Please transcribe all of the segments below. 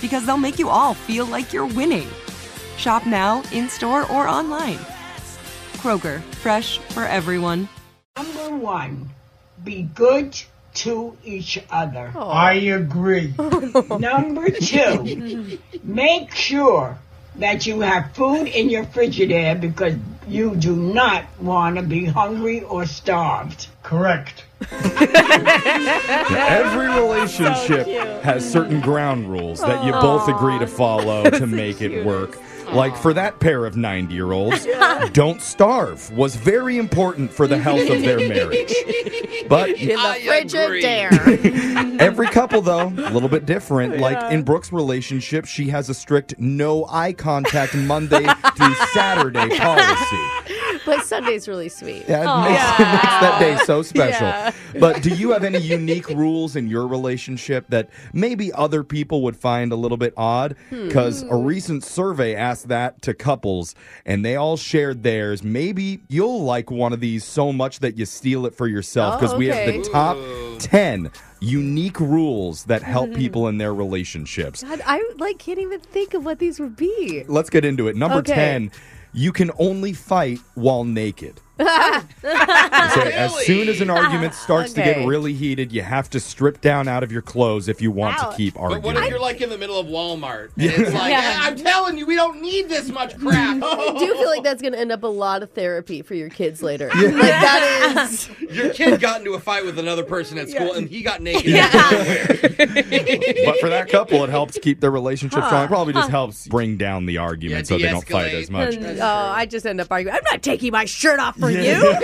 because they'll make you all feel like you're winning. Shop now, in store, or online. Kroger, fresh for everyone. Number one, be good to each other. I agree. Number two, make sure that you have food in your frigidaire because you do not want to be hungry or starved. Correct. Every relationship has certain ground rules that you both agree to follow to make it work. Like for that pair of 90 year olds, don't starve was very important for the health of their marriage. But In the Frigidaire. every couple, though, a little bit different. Like in Brooke's relationship, she has a strict no eye contact Monday through Saturday policy. but Sunday's really sweet. Yeah, it makes, it makes that day so special. But do you have any unique rules in your relationship that maybe other people would find a little bit odd? Hmm. Because a recent survey asked that to couples, and they all shared theirs. Maybe you'll like one of these so much that you steal it for yourself. Oh, Because we have okay. the top ten unique rules that help Mm-hmm. people in their relationships. God, I like can't even think of what these would be. Let's get into it. Number Okay. ten. You can only fight while naked. So as soon as an argument starts to Okay. get really heated, you have to strip down out of your clothes if you want Wow. to keep arguing. But what if you're like in the middle of Walmart? And it's like, "Ah, I'm telling you, we don't need this much crap. I do feel like that's going to end up a lot of therapy for your kids later. Like that is Your kid got into a fight with another person at school and he got naked. but for that couple, it helps keep their relationship strong. It probably just helps bring down the Yeah, argument so they don't fight de-escalate. as much. oh, I just end up arguing. I'm not taking my shirt off for you.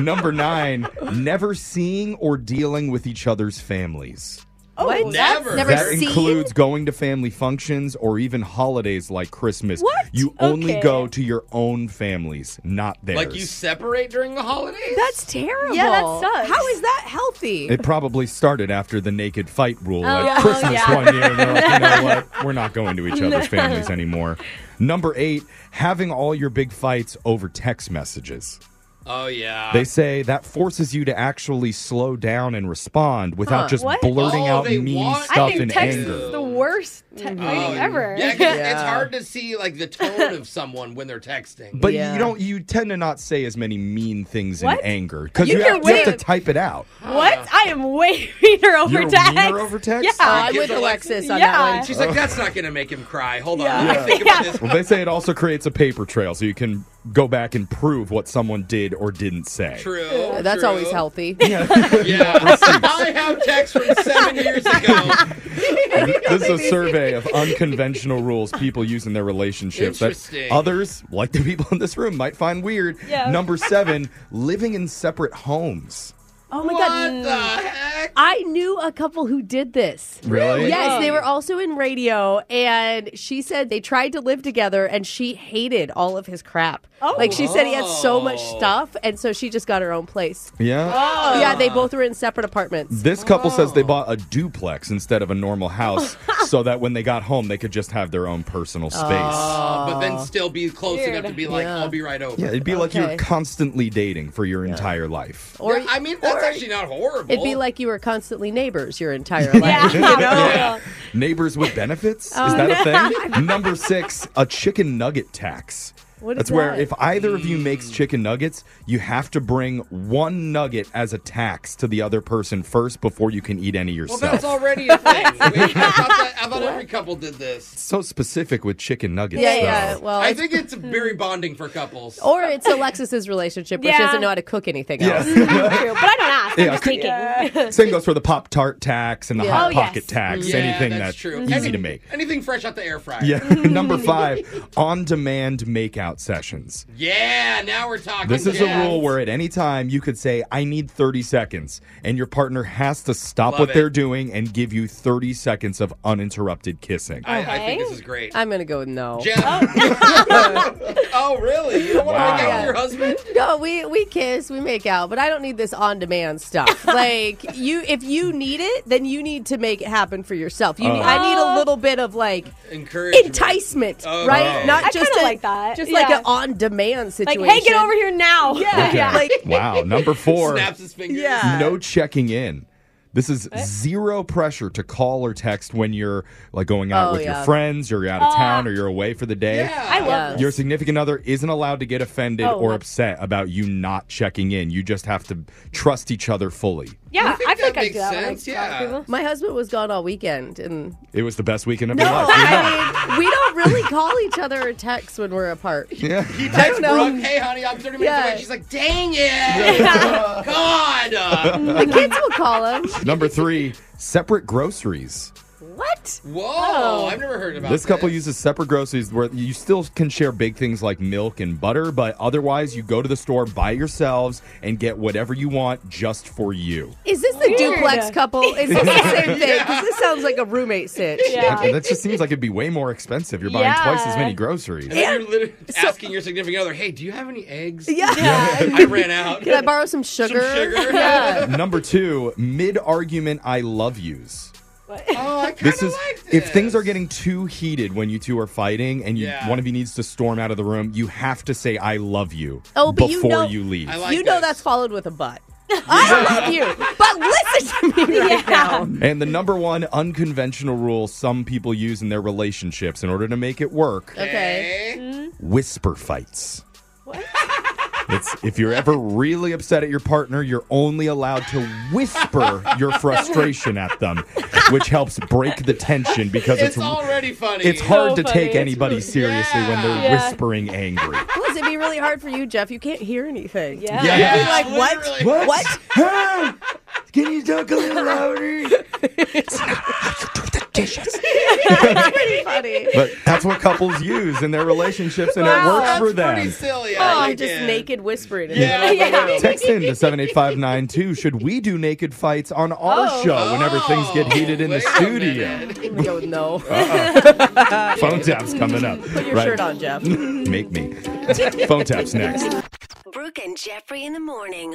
Number nine, never seeing or dealing with each other's families. what? Never. Never That seen. includes going to family functions or even holidays like Christmas. What? You only Okay. go to your own families, not theirs. Like you separate during the holidays? That's terrible. Yeah, that sucks. How is that healthy? It probably started after the naked fight rule at Oh, Christmas one year. They're like, you know what? We're not going to each other's families anymore. Number eight, having all your big fights over text messages. oh, yeah. They say that forces you to actually slow down and respond without just what? blurting Oh, out they mean want- I stuff I think in text anger. is the worst te- Oh, thing ever. Yeah, 'cause it's hard to see like the tone of someone when they're texting. But Yeah. you don't. You tend to not say as many mean things What? in anger because You you, can have, you have to wait. type it out. What? I am way meaner over You're text. meaner over text? Yeah. Oh, I'm Give with the likes. Alexis on Yeah. that one. She's Oh. like, that's not going to make him cry. Hold on. let me Think about this. Well, they say it also creates a paper trail, so you can go back and prove what someone did or didn't say. True. That's true. always healthy. Yeah. I have texts from seven years ago. this is a survey of unconventional rules people use in their relationships that Interesting. others, like the people in this room, might find weird. Yeah. Number seven, living in separate homes. Oh my What god. the heck? Correct. I knew a couple who did this. Really? Yes, they were also in radio, and she said they tried to live together, and she hated all of his crap. Oh, like she said, he had so much Oh. stuff, and so she just got her own place. Oh, Yeah. Yeah, they both were in separate apartments. This couple says they bought a duplex instead of a normal house so that when they got home, they could just have their own personal Oh. space. Uh, but then still be close enough to be like, I'll be right over. Yeah, it'd be like Okay. Oh. you're constantly dating for your entire life. Or Yeah, I mean, that's actually not horrible. it'd be like you were constantly neighbors your entire life. Yeah, Yeah. Neighbors with benefits? Oh, Is that a thing? Number six, a chicken nugget tax. What is That's where that? if either of you makes chicken nuggets, you have to bring one nugget as a tax to the other person first before you can eat any Well, yourself. that's already a thing. Wait, I thought, that, I thought every couple did this. so specific with chicken nuggets. Yeah, though. yeah. Well, I it's- think it's hmm. very bonding for couples. or it's Alexis's relationship where she Yeah. doesn't know how to cook anything else. True, but I don't ask. I'm Yeah, just could- taking. Same goes for the Pop Tart tax and the Yeah. Hot Oh, yes. Pocket tax. Yeah, anything that's that's, true. Mm-hmm. easy Any- to make. Anything fresh out the air fryer. Yeah. Number five, on demand makeout sessions. Yeah, now we're talking. This is Yeah. a rule where at any time you could say, I need 30 seconds, and your partner has to stop Love what it. they're doing and give you 30 seconds of uninterrupted kissing. I, I think Okay. this is great. I'm gonna go with no. Jen- oh, really? You don't want to make out Wow. with your husband? No, we we kiss, we make out, but I don't need this on demand stuff. like you, if you need it, then you need to make it happen for yourself. You, Uh-huh. I need a little bit of like Encourage. enticement, Oh. right? I Not just Uh-huh. a- kinda like that. just like Yeah. an on demand Like, situation. hey, get over here now. Yeah. Okay. wow. Number four, Snaps his fingers. Yeah. no checking in. This is zero pressure to call or text when you're like going out Oh, with yeah. your friends or you're out of town or you're away for the day. Yeah. I love Yeah. this. Your significant other isn't allowed to get offended Oh, or what- upset about you not checking in. You just have to trust each other fully. Yeah, think I feel like that I makes do that when I sense, talk to yeah. people. My husband was gone all weekend, and It was the best weekend of no, your life. I mean, we don't really call each other or text when we're apart. He texts Brooke, hey, honey, I'm 30 minutes Yeah. away. She's like, dang it. God. Uh, The kids will call him. Number three, separate groceries. What? whoa. Oh. I've never heard about This couple uses separate groceries where you still can share big things like milk and butter, but otherwise you go to the store by yourselves and get whatever you want just for you. Is this the duplex couple? Is this the same thing? Because this sounds like a roommate sitch. Yeah. And that just seems like it'd be way more expensive. You're buying Yeah. twice as many groceries. And then you're literally asking your significant other, hey, do you have any eggs? Yeah. I ran out. Can I borrow some Some sugar? sugar. Number two, mid argument I love yous. Oh, I kind This of is like this. if things are getting too heated when you two are fighting and you, Yeah. one of you needs to storm out of the room, you have to say "I love you" Oh, but you before you, know- leave. I like you know this. that's followed with a but. I love you, but listen to me right now. And the number one unconventional rule some people use in their relationships in order to make it work Uh, Okay. Mm. whisper fights. What? It's, if you're ever really upset at your partner, you're only allowed to whisper your frustration at them, which helps break the tension because It's it's already funny. it's hard to funny. take It's anybody really- seriously when they're Yeah. Yeah. whispering angry. Well, it'd be really hard for you, Jeff. You can't hear anything. Yeah. Yeah. Yeah, You're like, what? literally. What? Huh? Can you talk a little louder? Funny. But that's what couples use in their relationships, and it Wow, works That's for pretty them. silly. Oh, I I'm like just it. naked whispering. in Yeah. the middle of the room. Text in to 78592. Should we do naked fights on our show whenever things get heated in the Oh. wait a studio? minute. I'm gonna go with no. Phone tap's coming up. Put your shirt on, Jeff. Make me. Phone tap's next. Brooke and Jeffrey in the morning.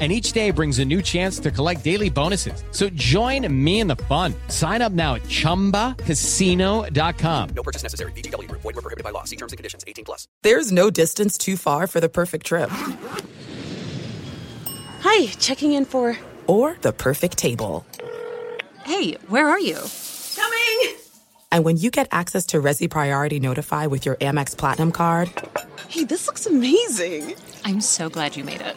And each day brings a new chance to collect daily bonuses. So join me in the fun. Sign up now at chumbacasino.com. There's no distance too far for the perfect trip Hi, checking in for. or the perfect table. Hey, where are you? And when you get access to Resi Priority Notify with your Amex Platinum card Hey, this looks amazing. I'm so glad you made it.